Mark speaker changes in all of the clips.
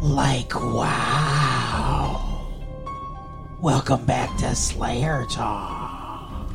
Speaker 1: Like, wow. Welcome back to Slayer Talk.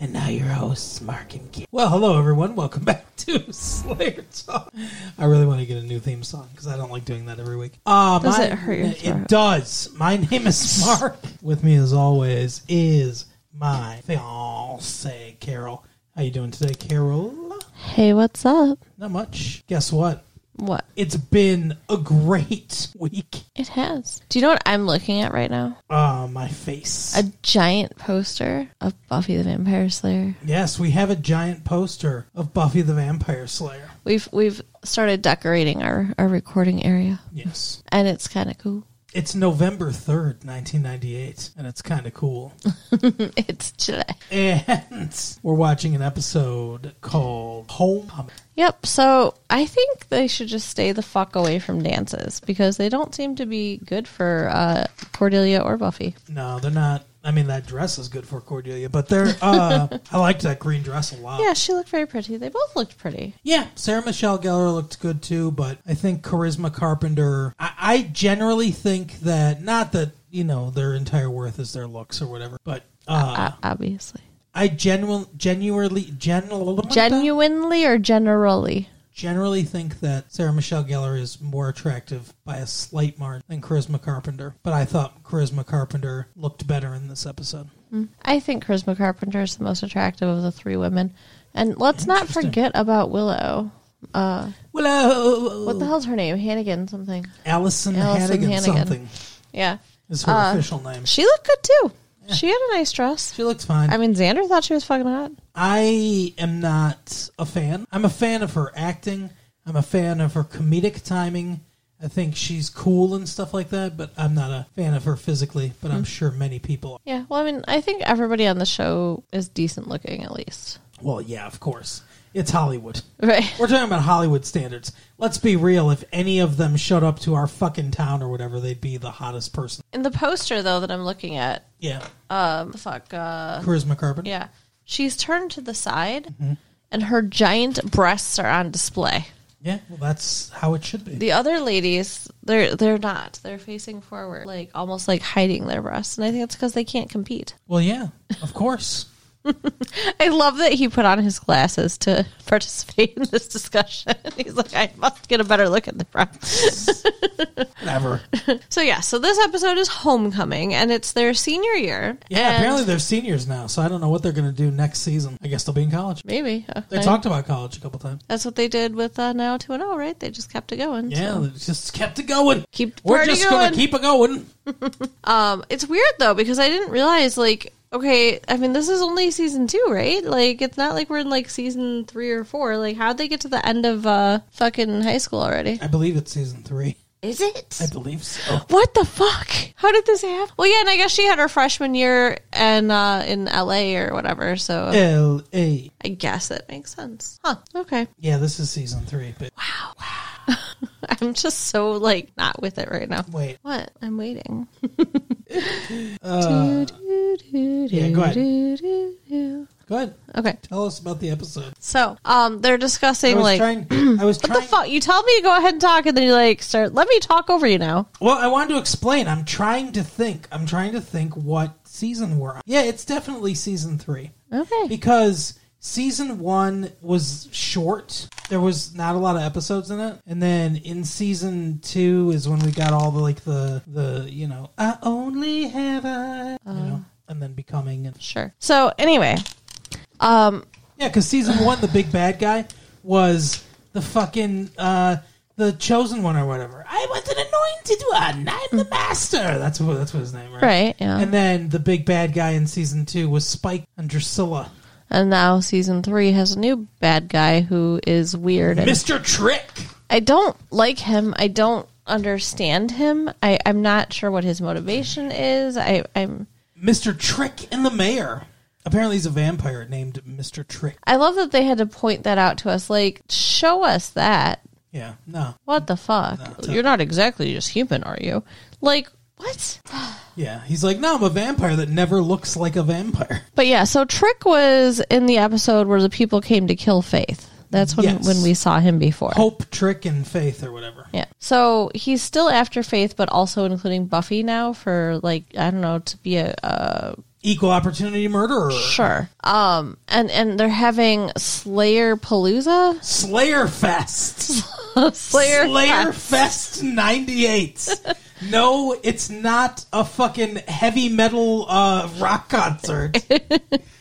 Speaker 1: And now your hosts, Mark and Kim. Well, hello, everyone. Welcome back to Slayer Talk. I really want to get a new theme song because I don't like doing that every week. Uh,
Speaker 2: Does
Speaker 1: my-
Speaker 2: it hurt your throat?
Speaker 1: It does. My name is Mark. With me, as always, is my fiance, Carol. How you doing today, Carol?
Speaker 2: Hey, what's up?
Speaker 1: Not much. Guess what?
Speaker 2: What?
Speaker 1: It's been a great week.
Speaker 2: It has. Do you know what I'm looking at right now?
Speaker 1: Uh, my face.
Speaker 2: A giant poster of Buffy the Vampire Slayer.
Speaker 1: yes, we have a giant poster of Buffy the Vampire Slayer.
Speaker 2: We've we've started decorating our, our recording area,
Speaker 1: Yes.
Speaker 2: and it's kind of cool.
Speaker 1: It's November 3rd, 1998, and it's kind of cool.
Speaker 2: it's today.
Speaker 1: And we're watching an episode called Homecoming.
Speaker 2: Yep. So I think they should just stay the fuck away from dances because they don't seem to be good for uh, Cordelia or Buffy.
Speaker 1: No, they're not. I mean, that dress is good for Cordelia, but they're. Uh, I liked that green dress a lot.
Speaker 2: Yeah, she looked very pretty. They both looked pretty.
Speaker 1: Yeah, Sarah Michelle Gellar looked good too, but I think Charisma Carpenter. I, I generally think that not that you know their entire worth is their looks or whatever, but uh,
Speaker 2: Uh, obviously.
Speaker 1: I genuine, genuinely, generally,
Speaker 2: Genuinely or generally?
Speaker 1: generally think that Sarah Michelle Gellar is more attractive by a slight margin than Charisma Carpenter. But I thought Charisma Carpenter looked better in this episode.
Speaker 2: I think Charisma Carpenter is the most attractive of the three women. And let's not
Speaker 1: Interesting.
Speaker 2: forget about Willow. Uh,
Speaker 1: Willow,
Speaker 2: what the hell's her name? Hannigan something.
Speaker 1: Allison,
Speaker 2: Allison
Speaker 1: Hannigan,
Speaker 2: Hannigan.
Speaker 1: something
Speaker 2: Yeah.
Speaker 1: is her
Speaker 2: Uh,
Speaker 1: official name.
Speaker 2: She looked good too. She had a nice dress.
Speaker 1: She looks fine.
Speaker 2: I mean, Xander thought she was fucking hot.
Speaker 1: I am not a fan. I'm a fan of her acting. I'm a fan of her comedic timing. I think she's cool and stuff like that, but I'm not a fan of her physically, but I'm sure many people are.
Speaker 2: Yeah. Well, I mean, I think everybody on the show is decent looking at least.
Speaker 1: Well, yeah, of course. It's Hollywood.
Speaker 2: Right.
Speaker 1: We're talking about Hollywood standards. Let's be real. If any of them showed up to our fucking town or whatever, they'd be the hottest person.
Speaker 2: In the poster, though, that I'm looking at,
Speaker 1: Yeah.
Speaker 2: um, fuck, uh,
Speaker 1: Charisma Carpenter.
Speaker 2: yeah. She's turned to the side and her giant breasts are on display.
Speaker 1: Yeah. Well, that's how it should be.
Speaker 2: The other ladies, they're they're not. They're facing forward, like almost like hiding their breasts, and I think it's because they can't compete.
Speaker 1: well, yeah, of course.
Speaker 2: I love that he put on his glasses to participate in this discussion. He's like, I must get a better look at the front.
Speaker 1: Whatever.
Speaker 2: so yeah, so this episode is homecoming, and it's their senior year.
Speaker 1: Yeah,
Speaker 2: and-
Speaker 1: apparently they're seniors now, so I don't know what they're going to do next season. I guess they'll be in college.
Speaker 2: maybe Uh,
Speaker 1: They
Speaker 2: I-
Speaker 1: talked about college a couple times.
Speaker 2: That's what they did with uh, 90210, right? They just kept it going.
Speaker 1: Yeah,
Speaker 2: so.
Speaker 1: they just kept it going.
Speaker 2: Keep the
Speaker 1: We're
Speaker 2: party
Speaker 1: just going
Speaker 2: going.
Speaker 1: to keep it going.
Speaker 2: Um, it's weird though because I didn't realize like okay, I mean this is only season two, right? Like it's not like we're in like season three or four. Like how'd they get to the end of uh fucking high school already?
Speaker 1: I believe it's season three.
Speaker 2: Is it?
Speaker 1: I believe so.
Speaker 2: What the fuck? How did this happen? Well, yeah, and I guess she had her freshman year and uh in LA or whatever, so
Speaker 1: L A.
Speaker 2: I guess that makes sense. Huh. Okay.
Speaker 1: Yeah, this is season three. But
Speaker 2: I'm just so like not with it right now.
Speaker 1: wait,
Speaker 2: What? I'm waiting.
Speaker 1: uh, yeah, go ahead.
Speaker 2: Okay.
Speaker 1: go ahead. Tell us about the episode.
Speaker 2: So, um, they're
Speaker 1: I
Speaker 2: discussing
Speaker 1: was
Speaker 2: like
Speaker 1: trying. I was
Speaker 2: What
Speaker 1: trying.
Speaker 2: the fuck? You tell me to go ahead and talk, and then you like start. Let me talk over you now.
Speaker 1: Well, I wanted to explain. I'm trying to think. I'm trying to think what season we're on. Yeah, it's definitely season three.
Speaker 2: Okay.
Speaker 1: because season one was short there was not a lot of episodes in it and then in season two is when we got all the like the the you know i only have a you know and then becoming and
Speaker 2: Sure. So anyway, um,
Speaker 1: yeah because season one the big bad guy was the fucking uh the chosen one or whatever i was an anointed one i'm the master that's what that's what his name right,
Speaker 2: right, yeah,
Speaker 1: and
Speaker 2: and,
Speaker 1: then the big bad guy in season two was spike and drusilla
Speaker 2: now season three has a new bad guy who is weird. And
Speaker 1: mr trick
Speaker 2: I don't like him. I don't understand him. I I'm not sure what his motivation is. I I'm
Speaker 1: Mr. Trick and the Mayor. Apparently, he's a vampire named Mr. Trick.
Speaker 2: I love that they had to point that out to us. Like, show us that.
Speaker 1: Yeah, no,
Speaker 2: What the fuck?
Speaker 1: it's a-
Speaker 2: You're not exactly just human, are you? Like, what?
Speaker 1: yeah. He's like, no, I'm a vampire that never looks like a vampire.
Speaker 2: But yeah, so Trick was in the episode where the people came to kill Faith. That's when
Speaker 1: Yes.
Speaker 2: when we saw him before.
Speaker 1: Hope, Trick, and Faith, or whatever.
Speaker 2: Yeah. So he's still after Faith, but also including Buffy now for like I don't know to be a, a
Speaker 1: Equal opportunity murderer.
Speaker 2: sure. Um, and and they're having Slayer Palooza,
Speaker 1: Slayer Fest.
Speaker 2: Slayer,
Speaker 1: Slayer Fest 98. no, it's not a fucking heavy metal uh, rock concert.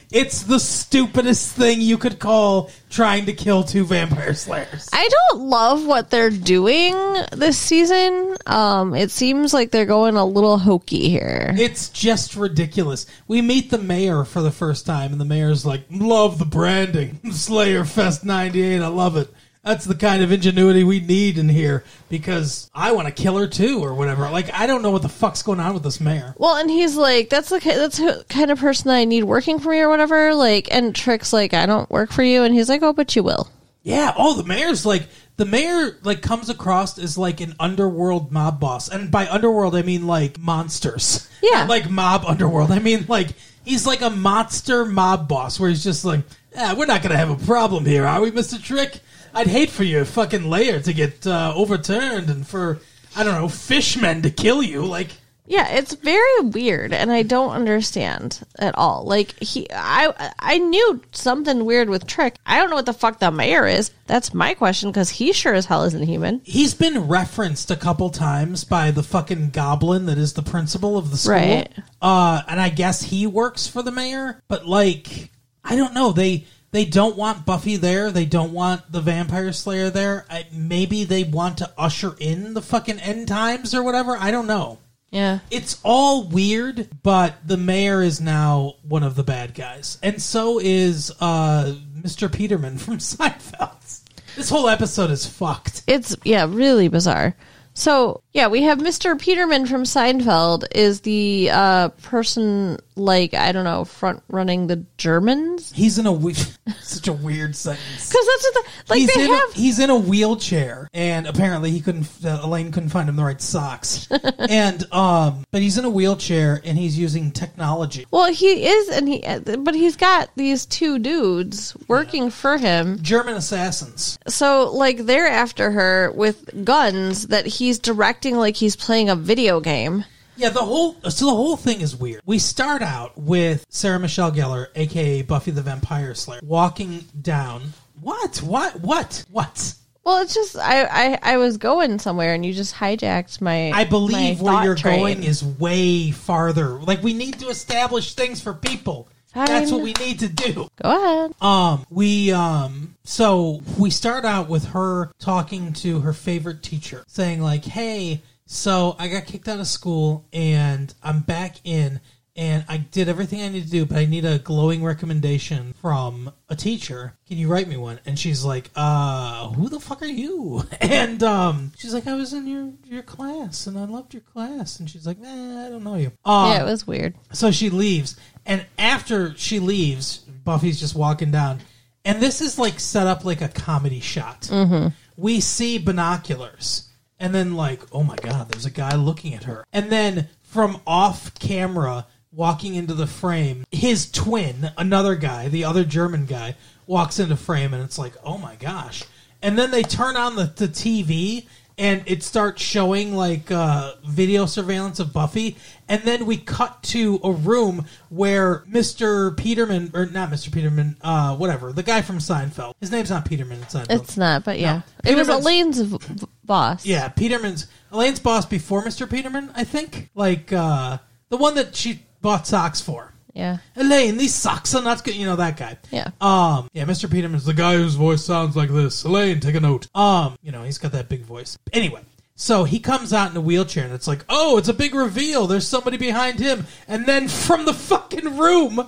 Speaker 1: it's the stupidest thing you could call trying to kill two vampire slayers.
Speaker 2: I don't love what they're doing this season. Um, it seems like they're going a little hokey here.
Speaker 1: It's just ridiculous. We meet the mayor for the first time, and the mayor's like, Love the branding. Slayer Fest 98, I love it. That's the kind of ingenuity we need in here because I want to kill her too, or whatever. Like, I don't know what the fuck's going on with this mayor.
Speaker 2: Well, and he's like, that's the ki- that's who, kind of person I need working for me or whatever. Like, and Trick's like, I don't work for you, and he's like, oh, but you will.
Speaker 1: Yeah. Oh, the mayor's like the mayor like comes across as like an underworld mob boss, and by underworld I mean like monsters.
Speaker 2: Yeah.
Speaker 1: Not like mob underworld. I mean like he's like a monster mob boss where he's just like, ah, we're not gonna have a problem here, are we, Mister Trick? I'd hate for your fucking lair to get uh, overturned and for I don't know fishmen to kill you. Like
Speaker 2: Yeah, it's very weird, and I don't understand at all. Like he, I, I knew something weird with Trick. I don't know what the fuck the mayor is. That's my question because he sure as hell isn't human.
Speaker 1: he's been referenced a couple times by the fucking goblin that is the principal of the school.
Speaker 2: Right.
Speaker 1: Uh, and I guess he works for the mayor, but like I don't know. They they don't want Buffy there. They don't want the Vampire Slayer there. I, maybe they want to usher in the fucking end times or whatever. I don't know.
Speaker 2: Yeah,
Speaker 1: It's all weird, but the mayor is now one of the bad guys, and so is uh, Mr. Peterman from Seinfeld. This whole episode is fucked.
Speaker 2: it's yeah, really bizarre. So yeah, we have Mr. Peterman from Seinfeld is the uh, person like I don't know front running the Germans.
Speaker 1: He's in a we- such a weird sentence.
Speaker 2: Because that's what the, like
Speaker 1: he's
Speaker 2: they
Speaker 1: in
Speaker 2: have.
Speaker 1: a, he's in a wheelchair, and apparently he couldn't. Uh, Elaine couldn't find him the right socks, and um, but he's in a wheelchair and he's using technology.
Speaker 2: well, he is, and he, but he's got these two dudes working for him.
Speaker 1: German assassins.
Speaker 2: So, like, they're after her with guns that he's directing, like he's playing a video game.
Speaker 1: Yeah, the whole uh, so the whole thing is weird. We start out with Sarah Michelle Gellar, aka Buffy the Vampire Slayer, walking down. What? What? What? What?
Speaker 2: Well, it's just I, I, I was going somewhere, and you just hijacked my.
Speaker 1: I believe where you're going
Speaker 2: Is-
Speaker 1: is way farther. Like we need to establish things for people. That's
Speaker 2: Fine.
Speaker 1: what we need to do.
Speaker 2: Go ahead.
Speaker 1: Um, we um, so we start out with her talking to her favorite teacher, saying like, "Hey, so I got kicked out of school and I'm back in." And I did everything I need to do, but I need a glowing recommendation from a teacher. Can you write me one? And she's like, "Uh, who the fuck are you?" And um, she's like, "I was in your your class, and I loved your class." And she's like, "Man, I don't know you." Um,
Speaker 2: yeah, it was weird.
Speaker 1: so she leaves, and after she leaves, Buffy's just walking down, and this is like set up like a comedy shot. Mm-hmm. We see binoculars, and then like, oh my god, there's a guy looking at her, and then from off camera, walking into the frame, his twin, another guy, the other German guy, walks into frame, and it's like, oh my gosh, and then they turn on the, the TV and it starts showing like uh, video surveillance of Buffy, and then we cut to a room where Mr. Peterman or not Mr. Peterman, uh, whatever the guy from Seinfeld. His name's not Peterman. It's Seinfeld.
Speaker 2: It's not, but yeah, it was
Speaker 1: Peterman's-
Speaker 2: Elaine's v- v- boss.
Speaker 1: yeah, Peterman's Elaine's boss before Mr. Peterman, I think. Like uh, the one that she bought socks for.
Speaker 2: yeah,
Speaker 1: Elaine, these socks are not good. You know that guy.
Speaker 2: Yeah.
Speaker 1: Um. Yeah, Mr. Peterman's the guy whose voice sounds like this. Elaine, take a note. Um. You know, he's got that big voice. Anyway, so he comes out in a wheelchair, and it's like, oh, it's a big reveal. There's somebody behind him, and then from the fucking room,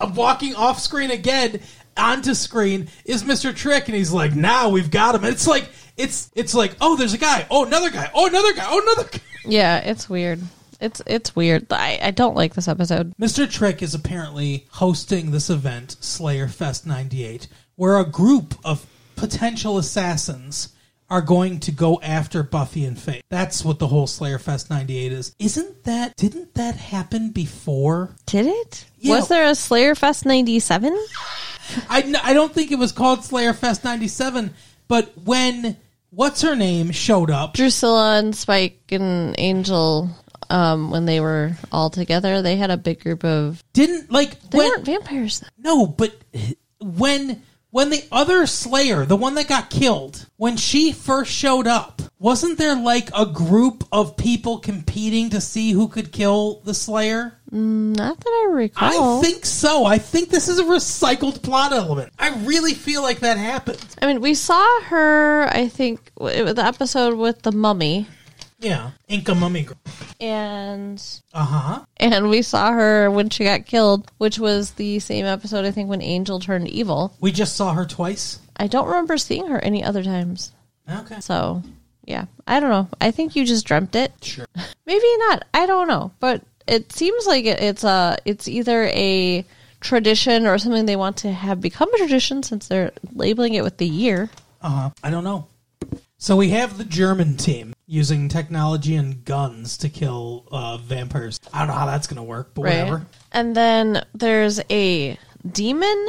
Speaker 1: walking off screen again onto screen is Mr. Trick, and he's like, now we've got him. And it's like, it's it's like, oh, there's a guy. Oh, another guy. Oh, another guy. Oh, another. guy.
Speaker 2: yeah, it's weird. It's it's weird. I, I don't like this episode.
Speaker 1: Mr. Trick is apparently hosting this event, Slayer Fest 98, where a group of potential assassins are going to go after Buffy and Faith. That's what the whole Slayer Fest 98 is. Isn't that, didn't that happen before?
Speaker 2: Did it?
Speaker 1: Yeah.
Speaker 2: Was there a Slayer Fest '97?
Speaker 1: I, kn- I don't think it was called Slayer Fest 97, but when what's her name showed up,
Speaker 2: Drusilla and Spike and Angel, um, when they were all together, they had a big group of.
Speaker 1: didn't like
Speaker 2: They
Speaker 1: when
Speaker 2: weren't vampires. Then.
Speaker 1: no, but when when the other Slayer, the one that got killed, when she first showed up, wasn't there like a group of people competing to see who could kill the Slayer?
Speaker 2: Not that I recall.
Speaker 1: I
Speaker 2: I,
Speaker 1: think so. I think this is a recycled plot element. I really feel like that happened.
Speaker 2: mean, we saw her. I think w- it- the episode with the mummy,
Speaker 1: Yeah, Inca Mummy Girl.
Speaker 2: and
Speaker 1: Uh huh.
Speaker 2: and we saw her when she got killed, which was the same episode I think when Angel turned evil.
Speaker 1: We just saw her twice.
Speaker 2: I don't remember seeing her any other times.
Speaker 1: Okay.
Speaker 2: So, yeah, I don't know. I think you just dreamt it.
Speaker 1: Sure.
Speaker 2: Maybe not. I don't know, but it seems like it, it's a it's either a tradition or something they want to have become a tradition since they're labeling it with the year.
Speaker 1: Uh huh. I don't know. So we have the German team using technology and guns to kill uh, vampires. I don't know how that's going to work, but whatever.
Speaker 2: And then there's a demon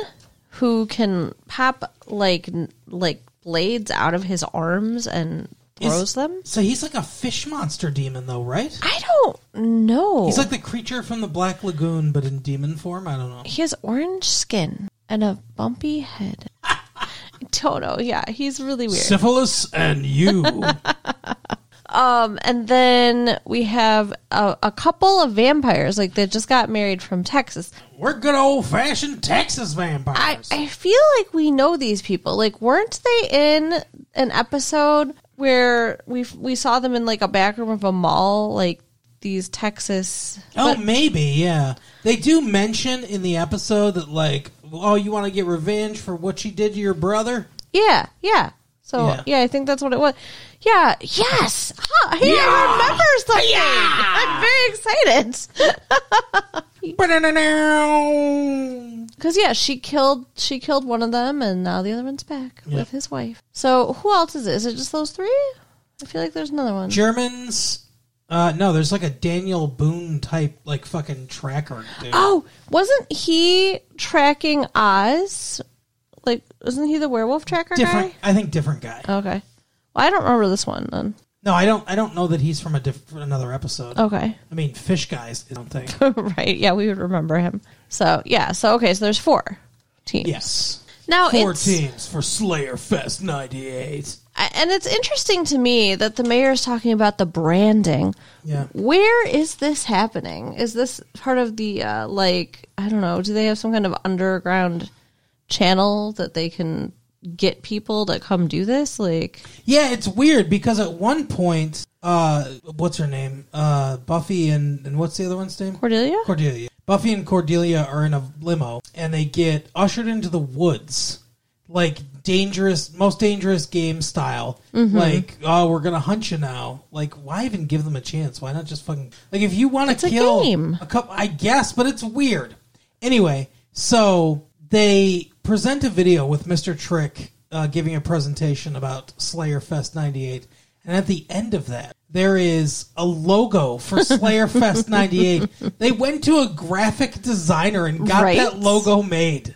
Speaker 2: who can pop like n- like blades out of his arms and
Speaker 1: Is-
Speaker 2: throws them.
Speaker 1: So he's like a fish monster demon, though, right?
Speaker 2: I don't know.
Speaker 1: He's like the creature from the Black Lagoon, but in demon form. I don't know.
Speaker 2: He has orange skin and a bumpy head. Toto, yeah, he's really weird.
Speaker 1: Syphilis and you.
Speaker 2: Um, and then we have a, a couple of vampires, like they just got married from Texas.
Speaker 1: We're good old fashioned Texas
Speaker 2: I,
Speaker 1: vampires.
Speaker 2: I feel like we know these people. Like, weren't they in an episode where we we saw them in like a back room of a mall, like these Texas?
Speaker 1: Oh,
Speaker 2: but-
Speaker 1: maybe, yeah. They do mention in the episode that, like, oh, you want to get revenge for what she did to your brother?
Speaker 2: yeah, yeah. So
Speaker 1: Yeah.
Speaker 2: yeah. I think that's what it was. Yeah. Yes. Huh, hey, I remember something. I'm very excited. Because yeah, she killed she killed one of them, and now the other one's back
Speaker 1: Yeah.
Speaker 2: with his wife. So who else is it? Is it just those three? I feel like there's another one.
Speaker 1: Germans. Uh, no, there's like a Daniel Boone type, like, fucking tracker dude.
Speaker 2: Oh, wasn't he tracking Oz? Like, wasn't he the werewolf tracker
Speaker 1: different. I think different guy.
Speaker 2: guy? Okay. Well, I don't remember this one then.
Speaker 1: No, I don't. I don't know that he's from a diff- another episode.
Speaker 2: Okay.
Speaker 1: I mean, fish guys. I don't think.
Speaker 2: right. Yeah, we would remember him. So yeah. So okay. So there's four teams.
Speaker 1: Yes,
Speaker 2: Now
Speaker 1: four
Speaker 2: it's
Speaker 1: teams for Slayer Fest '98.
Speaker 2: I- and it's interesting to me that the mayor's talking about the branding.
Speaker 1: Yeah.
Speaker 2: Where is this happening? Is this part of the uh, like I don't know? Do they have some kind of underground channel that they can get people to come do this? Like,
Speaker 1: Yeah, it's weird because at one point, uh, what's her name? Uh, Buffy and, and what's the other one's name?
Speaker 2: Cordelia?
Speaker 1: Cordelia. Buffy and Cordelia are in a limo and they get ushered into the woods. Like dangerous, most dangerous game style.
Speaker 2: Mm-hmm.
Speaker 1: Like, oh, we're gonna hunt you now. Like, why even give them a chance? Why not just fucking like if you want
Speaker 2: It's
Speaker 1: to
Speaker 2: a
Speaker 1: kill
Speaker 2: game.
Speaker 1: a couple? I guess, but it's weird. Anyway, so they present a video with Mr. Trick uh, giving a presentation about Slayer Fest 98. And at the end of that, there is a logo for Slayer Fest 98. They went to a graphic designer and got
Speaker 2: Right?
Speaker 1: that logo made.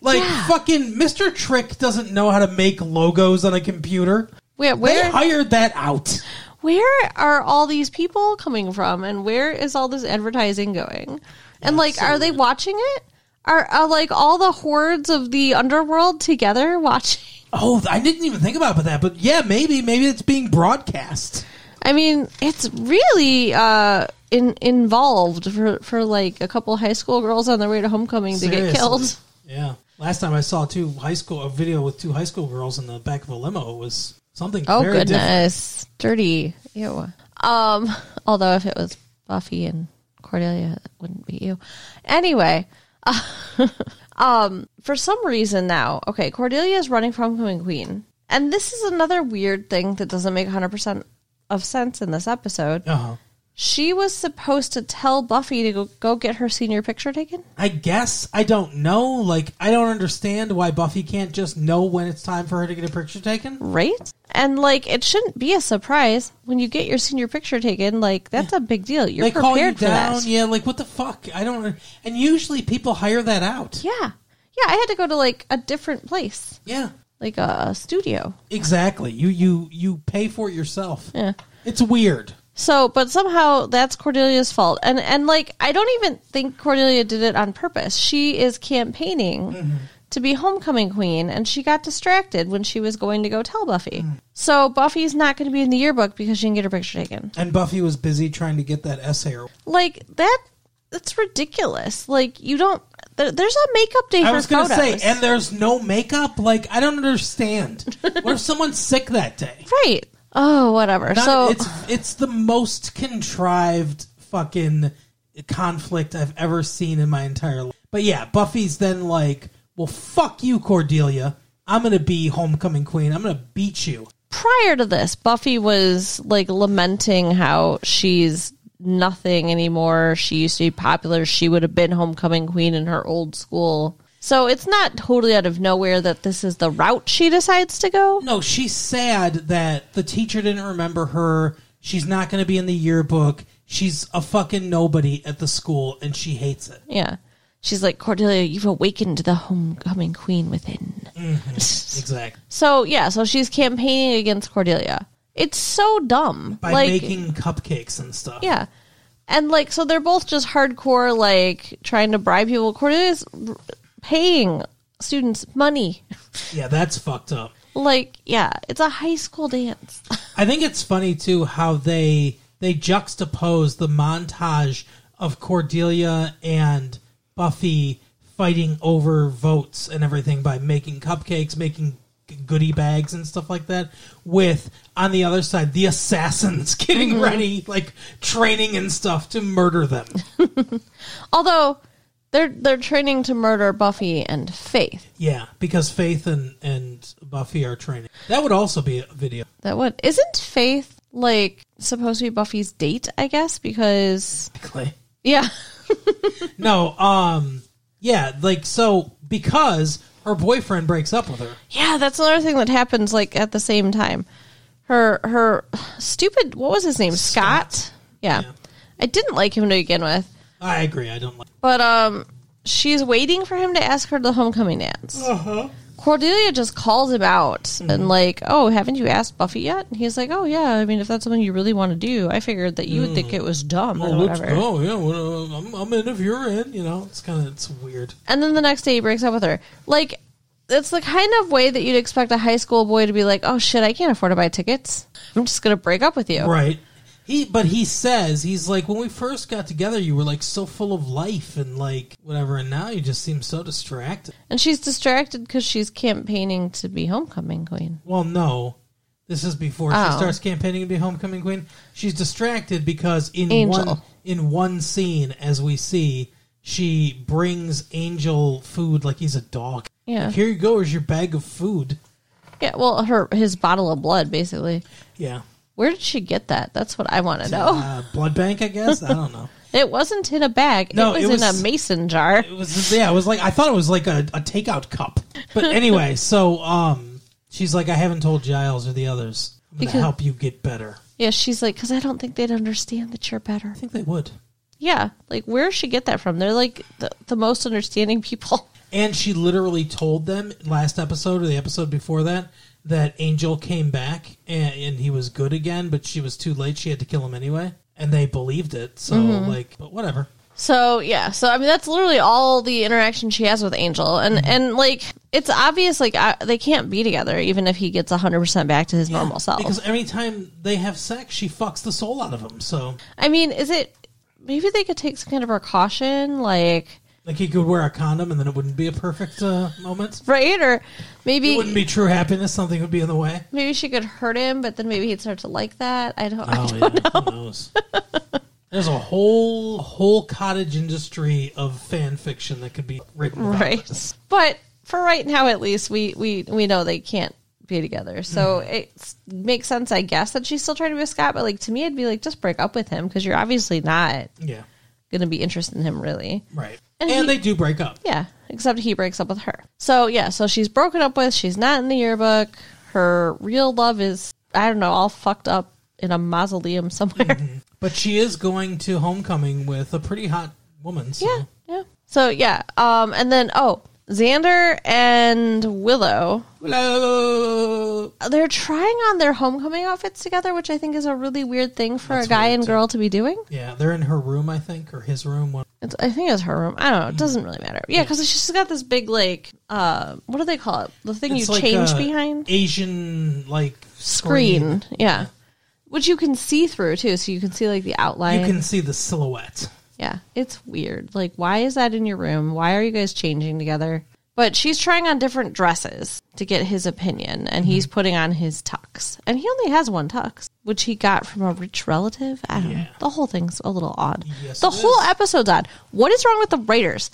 Speaker 1: Like, fucking Mr. Trick doesn't know how to make logos on a computer.
Speaker 2: Where
Speaker 1: They
Speaker 2: where
Speaker 1: hired that out.
Speaker 2: where are all these people coming from? And where is all this advertising going? And like, are they watching it? Are, are like all the hordes of the underworld together watching?
Speaker 1: Oh, I didn't even think about that. But yeah, maybe, maybe it's being broadcast.
Speaker 2: I mean, it's really uh, in, involved for, for like a couple high school girls on their way to homecoming to get
Speaker 1: Seriously.
Speaker 2: killed.
Speaker 1: Yeah. Last time I saw two high school a video with two high school girls in the back of a limo it was something
Speaker 2: Oh
Speaker 1: very different.
Speaker 2: goodness, dirty. Ew. Um, although if it was Buffy and Cordelia, it wouldn't be you. Anyway, um, for some reason now, okay, Cordelia is running from Homecoming Queen, and this is another weird thing that doesn't make hundred percent of sense in this episode.
Speaker 1: Uh-huh.
Speaker 2: She was supposed to tell Buffy to go, go get her senior picture taken.
Speaker 1: I guess I don't know. Like I don't understand why Buffy can't just know when it's time for her to get a picture taken.
Speaker 2: Right? And like it shouldn't be a surprise when you get your senior picture taken. Like that's a big deal. You're
Speaker 1: They
Speaker 2: prepared
Speaker 1: call you
Speaker 2: for
Speaker 1: down.
Speaker 2: that.
Speaker 1: Yeah, like what the fuck? I don't. And usually people hire that out.
Speaker 2: Yeah. Yeah, I had to go to like a different place,
Speaker 1: Yeah,
Speaker 2: like a studio.
Speaker 1: exactly. You you you pay for it yourself.
Speaker 2: Yeah.
Speaker 1: It's weird.
Speaker 2: So, but somehow that's Cordelia's fault. And and like I don't even think Cordelia did it on purpose. She is campaigning
Speaker 1: Mm-hmm.
Speaker 2: to be homecoming queen and she got distracted when she was going to go tell Buffy.
Speaker 1: Mm.
Speaker 2: So, Buffy's not going to be in the yearbook because she didn't get her picture taken.
Speaker 1: And Buffy was busy trying to get that essay. or-
Speaker 2: Like that that's ridiculous. Like you don't there, there's a makeup day
Speaker 1: I
Speaker 2: for
Speaker 1: was going to say,
Speaker 2: photos.
Speaker 1: and there's no makeup. Like I don't understand. what if someone's sick that day?
Speaker 2: right. Oh, whatever.
Speaker 1: Not-
Speaker 2: so
Speaker 1: it's it's the most contrived fucking conflict I've ever seen in my entire life. But yeah, Buffy's then like, "Well, fuck you, Cordelia. I'm gonna be homecoming queen. I'm gonna beat you."
Speaker 2: prior to this, Buffy was like lamenting how she's nothing anymore. She used to be popular. She would have been homecoming queen in her old school. So it's not totally out of nowhere that this is the route she decides to go.
Speaker 1: No, she's sad that the teacher didn't remember her. She's not gonna be in the yearbook. She's a fucking nobody at the school, and she hates it.
Speaker 2: Yeah. She's like, Cordelia, you've awakened the homecoming queen within.
Speaker 1: Mm-hmm. Exactly.
Speaker 2: So, yeah, so she's campaigning against Cordelia. It's so dumb.
Speaker 1: By
Speaker 2: like,
Speaker 1: making cupcakes and stuff.
Speaker 2: Yeah. And like, so they're both just hardcore, like trying to bribe people. Cordelia's r- paying students money.
Speaker 1: yeah, that's fucked up.
Speaker 2: Like, yeah, it's a high school dance.
Speaker 1: I think it's funny too how they they juxtapose the montage of Cordelia and Buffy fighting over votes and everything by making cupcakes, making g- goodie bags and stuff like that with on the other side the assassins getting
Speaker 2: Mm-hmm.
Speaker 1: ready like training and stuff to murder them.
Speaker 2: Although they're they're training to murder Buffy and Faith.
Speaker 1: Yeah, because Faith and and Buffy are training. That would also be a video.
Speaker 2: That what isn't Faith like supposed to be Buffy's date? I guess because yeah,
Speaker 1: No, um yeah, like so because her boyfriend breaks up with her.
Speaker 2: yeah. That's another thing that happens like at the same time. Her her stupid what was his name Scott? yeah,
Speaker 1: Yeah.
Speaker 2: I didn't like him to begin with.
Speaker 1: I agree. I don't like.
Speaker 2: But um, she's waiting for him to ask her to the homecoming dance. Cordelia just calls him out and like, "Oh, haven't you asked Buffy yet?" And he's like, "Oh yeah, I mean, if that's something you really want to do, I figured that you would think it was dumb or whatever."
Speaker 1: Oh yeah, well, uh, I'm, I'm in if you're in. You know, it's kind of it's weird.
Speaker 2: And then the next day he breaks up with her. Like, it's the kind of way that you'd expect a high school boy to be like, "Oh shit, I can't afford to buy tickets. I'm just gonna break up with you."
Speaker 1: Right. He, but he says he's like when we first got together, you were like so full of life and like whatever, and now you just seem so distracted.
Speaker 2: And she's distracted because she's campaigning to be homecoming queen.
Speaker 1: Well, no, this is before she
Speaker 2: Oh.
Speaker 1: starts campaigning to be homecoming queen. She's distracted because in
Speaker 2: Angel.
Speaker 1: one in one scene, as we see, she brings Angel food like he's a dog.
Speaker 2: Yeah.
Speaker 1: Here you go. Here's your bag of food.
Speaker 2: Yeah, well, her his bottle of blood basically.
Speaker 1: Yeah.
Speaker 2: Where did she get that? That's what I want to know.
Speaker 1: Uh, blood bank, I guess. I don't know.
Speaker 2: It wasn't in a bag.
Speaker 1: No,
Speaker 2: it, was
Speaker 1: it was-
Speaker 2: in a mason jar.
Speaker 1: It was yeah, it was like I thought it was like a, a takeout cup. But anyway, so um she's like, I haven't told Giles or the others. I'm gonna
Speaker 2: Because-
Speaker 1: help you get better. I
Speaker 2: Yeah, she's like, because I don't think they'd understand that you're better.
Speaker 1: think they would.
Speaker 2: Yeah, like where she get that from? They're like the, the most understanding people.
Speaker 1: And she literally told them last episode or the episode before that that Angel came back and, and he was good again, but she was too late. She had to kill him anyway, and they believed it. So
Speaker 2: Mm-hmm.
Speaker 1: like, but whatever.
Speaker 2: So yeah, so I mean that's literally all the interaction she has with Angel, and
Speaker 1: Mm-hmm.
Speaker 2: and like it's obvious like I, they can't be together even if he gets hundred percent back to his normal self.
Speaker 1: Because every time they have sex, she fucks the soul out of him. So
Speaker 2: I mean, is it maybe they could take some kind of precaution, like
Speaker 1: like he could wear a condom, and then it wouldn't be a perfect uh, moment.
Speaker 2: right or maybe
Speaker 1: It wouldn't be true happiness. Something would be in the way.
Speaker 2: maybe she could hurt him, but then maybe he'd start to like that. I don't. I
Speaker 1: Oh yeah, who knows? There's a whole whole cottage industry of fan fiction that could be written. about this.
Speaker 2: right. But for right now, at least we we we know they can't be together. So
Speaker 1: Mm-hmm.
Speaker 2: it makes sense, I guess, that she's still trying to be with Scott. But like to me, I'd be like, just break up with him because you're obviously not
Speaker 1: Yeah.
Speaker 2: going to be interested in him, really.
Speaker 1: Right. And,
Speaker 2: And he-
Speaker 1: they do break up.
Speaker 2: Yeah, except he breaks up with her. So yeah, so she's broken up with. She's not in the yearbook. Her real love is I don't know, all fucked up in a mausoleum somewhere.
Speaker 1: But she is going to homecoming with a pretty hot woman. So.
Speaker 2: Yeah, yeah. So yeah, um, and then oh, Xander and Willow.
Speaker 1: Hello.
Speaker 2: They're trying on their homecoming outfits together, which I think is a really weird thing for
Speaker 1: That's
Speaker 2: a guy
Speaker 1: weird,
Speaker 2: and
Speaker 1: too.
Speaker 2: girl to be doing.
Speaker 1: Yeah, they're in her room, I think, or his room. One-
Speaker 2: It's, I think it's her room. I don't
Speaker 1: Mm-hmm.
Speaker 2: know. It doesn't really matter. Yeah, because she's got this big like, uh, what do they call it? The thing
Speaker 1: It's
Speaker 2: you
Speaker 1: like uh,
Speaker 2: change
Speaker 1: a
Speaker 2: behind
Speaker 1: Asian like
Speaker 2: screen. Yeah, which you can see through too, so you can see like the outline.
Speaker 1: You can see the silhouette.
Speaker 2: Yeah, it's weird. Like, why is that in your room? Why are you guys changing together? But she's trying on different dresses to get his opinion, and he's
Speaker 1: Mm-hmm.
Speaker 2: putting on his tux. And he only has one tux, which he got from a rich relative. I don't know.
Speaker 1: Yeah.
Speaker 2: The whole thing's a little odd.
Speaker 1: Yes,
Speaker 2: the
Speaker 1: it
Speaker 2: whole
Speaker 1: is.
Speaker 2: episode's odd. What is wrong with the writers?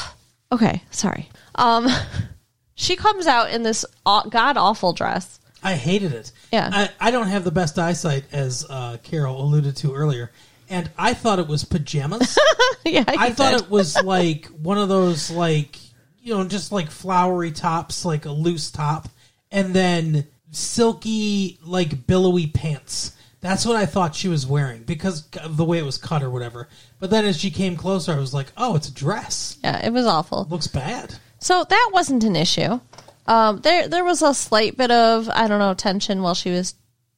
Speaker 2: okay, sorry. Um, she comes out in this god awful dress.
Speaker 1: I hated it.
Speaker 2: Yeah.
Speaker 1: I, I don't have the best eyesight, as uh, Carol alluded to earlier, and I thought it was pajamas.
Speaker 2: yeah,
Speaker 1: I
Speaker 2: he
Speaker 1: thought
Speaker 2: did.
Speaker 1: it was like one of those like you know just like flowery tops, like a loose top, and then silky like billowy pants. That's what I thought she was wearing because of the way it was cut or whatever. But then as she came closer, I was like, "Oh, it's a dress.
Speaker 2: Yeah, it was awful.
Speaker 1: Looks bad."
Speaker 2: So that wasn't an issue. Um, there there was a slight bit of I don't know tension while she was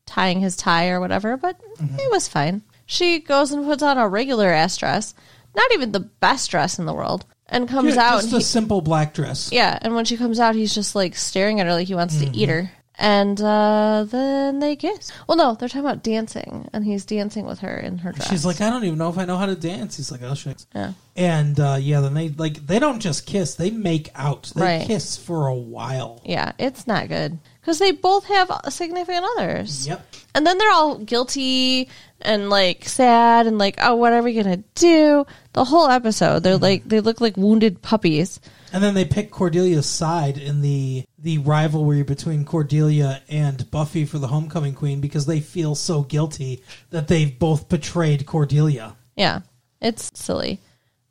Speaker 2: tying his tie or whatever, but
Speaker 1: Mm-hmm.
Speaker 2: it was fine. She goes and puts on a regular ass dress, not even the best dress in the world, and comes
Speaker 1: Yeah,
Speaker 2: out.
Speaker 1: just
Speaker 2: And
Speaker 1: a
Speaker 2: he,
Speaker 1: simple black dress.
Speaker 2: yeah, and when she comes out, he's just like staring at her like he wants to eat
Speaker 1: Mm-hmm.
Speaker 2: her. And uh, then they kiss. Well, no, they're talking about dancing, and he's dancing with her in her dress.
Speaker 1: She's like, I don't even know if I know how to dance. He's like, I'll show you.
Speaker 2: Yeah.
Speaker 1: And uh, yeah, then they like they don't just kiss; they make out. They
Speaker 2: Right.
Speaker 1: kiss for a while.
Speaker 2: yeah, it's not good because they both have significant others.
Speaker 1: Yep.
Speaker 2: And then they're all guilty and like sad and like, oh, what are we gonna do? The whole episode, they're like, they look like wounded puppies.
Speaker 1: And then they pick Cordelia's side in the the rivalry between Cordelia and Buffy for the Homecoming Queen because they feel so guilty that they've both betrayed Cordelia.
Speaker 2: Yeah, it's silly.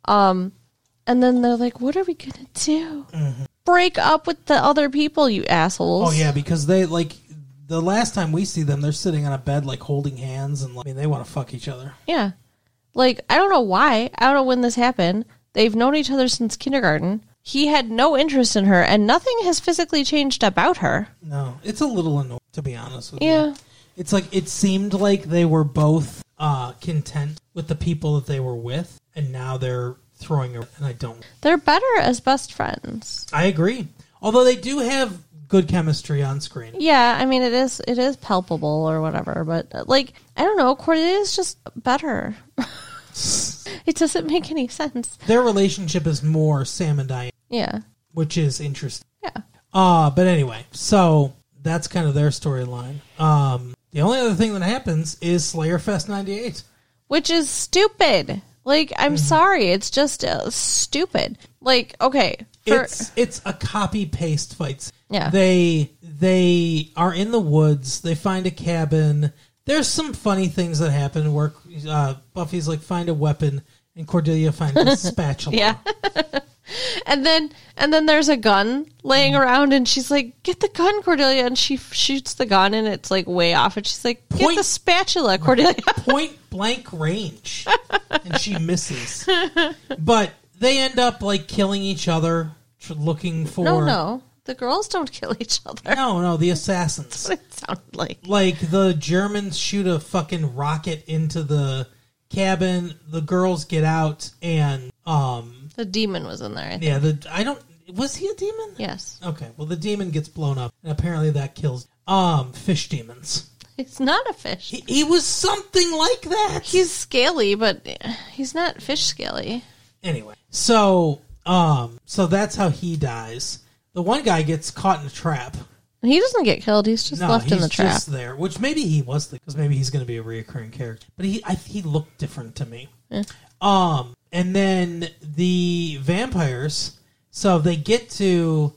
Speaker 2: Um, and then they're like, what are we gonna do? Break up with the other people, you assholes.
Speaker 1: Oh yeah, because they like the last time we see them, they're sitting on a bed like holding hands, and like, I mean they want to fuck each other.
Speaker 2: Yeah. Like, I don't know why. I don't know when this happened. They've known each other since kindergarten. He had no interest in her, and nothing has physically changed about her.
Speaker 1: No, it's a little annoying to be honest with you.
Speaker 2: Yeah.
Speaker 1: It's like it seemed like they were both uh, content with the people that they were with, and now they're throwing. A, and I don't.
Speaker 2: They're better as best friends.
Speaker 1: I agree. Although they do have good chemistry on screen.
Speaker 2: Yeah, I mean it is it is palpable or whatever, but uh, like I don't know, Cordelia is just better. it doesn't make any sense.
Speaker 1: Their relationship is more Sam and Diane,
Speaker 2: Yeah,
Speaker 1: which is interesting.
Speaker 2: yeah,
Speaker 1: Uh, but anyway, so that's kind of their storyline. Um, the only other thing that happens is Slayer Fest 98.
Speaker 2: which is stupid. Like I'm
Speaker 1: Mm-hmm.
Speaker 2: sorry, it's just uh, stupid. Like okay, for,
Speaker 1: it's it's a copy paste fight.
Speaker 2: Yeah.
Speaker 1: They they are in the woods. They find a cabin. There's some funny things that happen where uh, Buffy's like find a weapon and Cordelia finds a spatula.
Speaker 2: yeah. and then and then there's a gun laying
Speaker 1: Mm-hmm.
Speaker 2: around, and she's like, "Get the gun, Cordelia!" And she f- shoots the gun, and it's like way off, and she's like, "Get
Speaker 1: Point-
Speaker 2: the spatula, Cordelia."
Speaker 1: Point blank range, and she misses. But they end up like killing each other, tr- looking for
Speaker 2: no, no, the girls don't kill each other.
Speaker 1: no, no, the assassins.
Speaker 2: It sounded like.
Speaker 1: like the Germans shoot a fucking rocket into the cabin. The girls get out, and um,
Speaker 2: The demon was in there. I think.
Speaker 1: yeah, the I don't was he a demon?
Speaker 2: Yes.
Speaker 1: Okay, well the demon gets blown up, and apparently that kills um fish demons.
Speaker 2: He's not a fish.
Speaker 1: He, he was something like that.
Speaker 2: He's scaly, but eh, he's not fish scaly.
Speaker 1: anyway, so um, so that's how he dies. The one guy gets caught in a trap.
Speaker 2: And he doesn't get killed. He's just
Speaker 1: No,
Speaker 2: left
Speaker 1: he's
Speaker 2: in the trap.
Speaker 1: just there. Which maybe he was because maybe he's going to be a reoccurring character. But he, I, he looked different to me. Um, and then the vampires. So they get to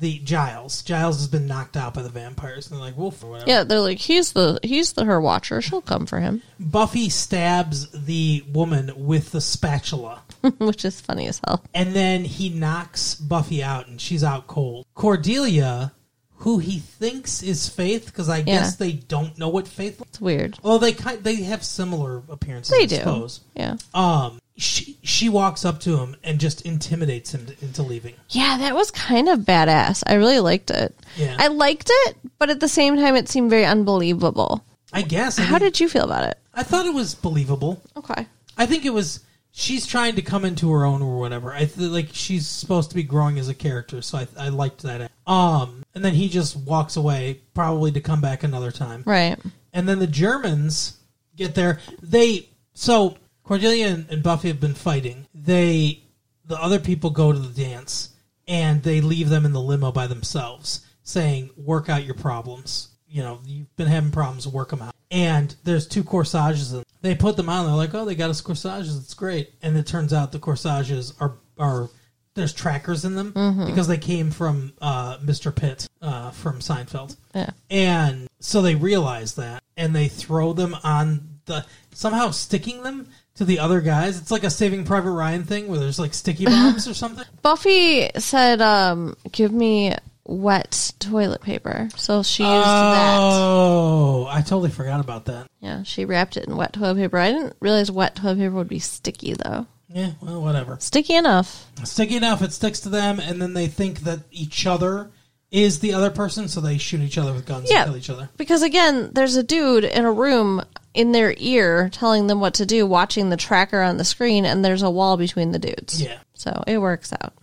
Speaker 1: the Giles. Giles has been knocked out by the vampires, and they're like, "Wolf," or whatever.
Speaker 2: Yeah, they're like he's the he's the her watcher. She'll come for him,
Speaker 1: Buffy stabs the woman with the spatula,
Speaker 2: which is funny as hell.
Speaker 1: and then he knocks Buffy out, and she's out cold. Cordelia. Who he thinks is Faith, because I guess they don't know what Faith
Speaker 2: It's weird.
Speaker 1: Well, they kind they have similar appearances.
Speaker 2: They
Speaker 1: I
Speaker 2: do.
Speaker 1: Suppose.
Speaker 2: Yeah,
Speaker 1: Um, she she walks up to him and just intimidates him to, into leaving.
Speaker 2: Yeah, that was kind of badass. I really liked it.
Speaker 1: Yeah.
Speaker 2: I liked it, but at the same time, it seemed very unbelievable.
Speaker 1: I guess. I,
Speaker 2: How
Speaker 1: mean,
Speaker 2: did you feel about it?
Speaker 1: I thought it was believable.
Speaker 2: Okay.
Speaker 1: I think it was she's trying to come into her own or whatever. I th- like she's supposed to be growing as a character, so I, I liked that. Um, and then he just walks away, probably to come back another time.
Speaker 2: Right.
Speaker 1: And then the Germans get there. They so Cordelia and, and Buffy have been fighting. They the other people go to the dance and they leave them in the limo by themselves, saying, "Work out your problems. You know, you've been having problems. Work them out." And there's two corsages. In. They put them on. They're like, "Oh, they got us corsages. It's great." And it turns out the corsages are are there's trackers in them
Speaker 2: Mm-hmm.
Speaker 1: because they came from uh, Mr. Pitt uh, from Seinfeld.
Speaker 2: Yeah.
Speaker 1: And so they realize that and they throw them on the somehow sticking them to the other guys. It's like a Saving Private Ryan thing where there's like sticky bombs or something.
Speaker 2: Buffy said, um, give me wet toilet paper. So she used that.
Speaker 1: Oh, I totally forgot about that.
Speaker 2: Yeah, she wrapped it in wet toilet paper. I didn't realize wet toilet paper would be sticky, though.
Speaker 1: Yeah, well, whatever.
Speaker 2: Sticky enough.
Speaker 1: Sticky enough, it sticks to them, and then they think that each other is the other person, so they shoot each other with guns
Speaker 2: Yeah.
Speaker 1: and kill each other.
Speaker 2: Because again, there's a dude in a room in their ear telling them what to do, watching the tracker on the screen, and there's a wall between the dudes.
Speaker 1: Yeah.
Speaker 2: So it works out.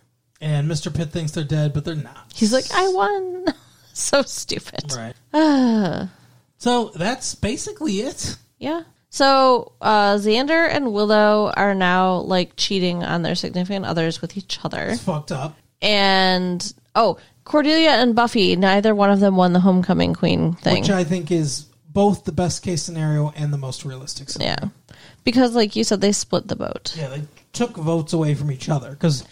Speaker 1: And Mr. Pitt thinks they're dead, but they're not.
Speaker 2: He's like, I won. so stupid.
Speaker 1: Right. so that's basically it.
Speaker 2: Yeah. So uh, Xander and Willow are now like cheating on their significant others with each other.
Speaker 1: It's fucked up.
Speaker 2: And oh, Cordelia and Buffy, neither one of them won the homecoming queen thing.
Speaker 1: which I think is both the best case scenario and the most realistic. Scenario.
Speaker 2: yeah. Because like you said, they split the boat.
Speaker 1: Yeah, they took votes away from each other because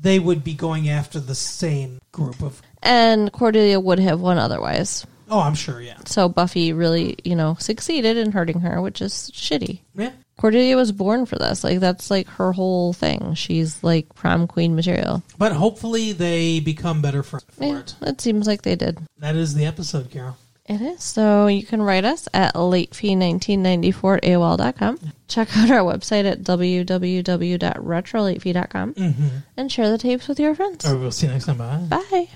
Speaker 1: they would be going after the same group of.
Speaker 2: And Cordelia would have won otherwise.
Speaker 1: Oh, I'm sure. Yeah,
Speaker 2: So Buffy really, you know, succeeded in hurting her, which is shitty.
Speaker 1: yeah.
Speaker 2: Cordelia was born for this. Like that's like her whole thing. She's like prom queen material.
Speaker 1: But hopefully they become better friends for
Speaker 2: Yeah,
Speaker 1: it.
Speaker 2: it seems like they did.
Speaker 1: That is the episode, Carol.
Speaker 2: It is. So you can write us at latefee1994 at AOL.com. Check out our website at www.retrolatefee.com and share the tapes with your friends.
Speaker 1: Oh. All right, we'll see you next time. Bye.
Speaker 2: Bye.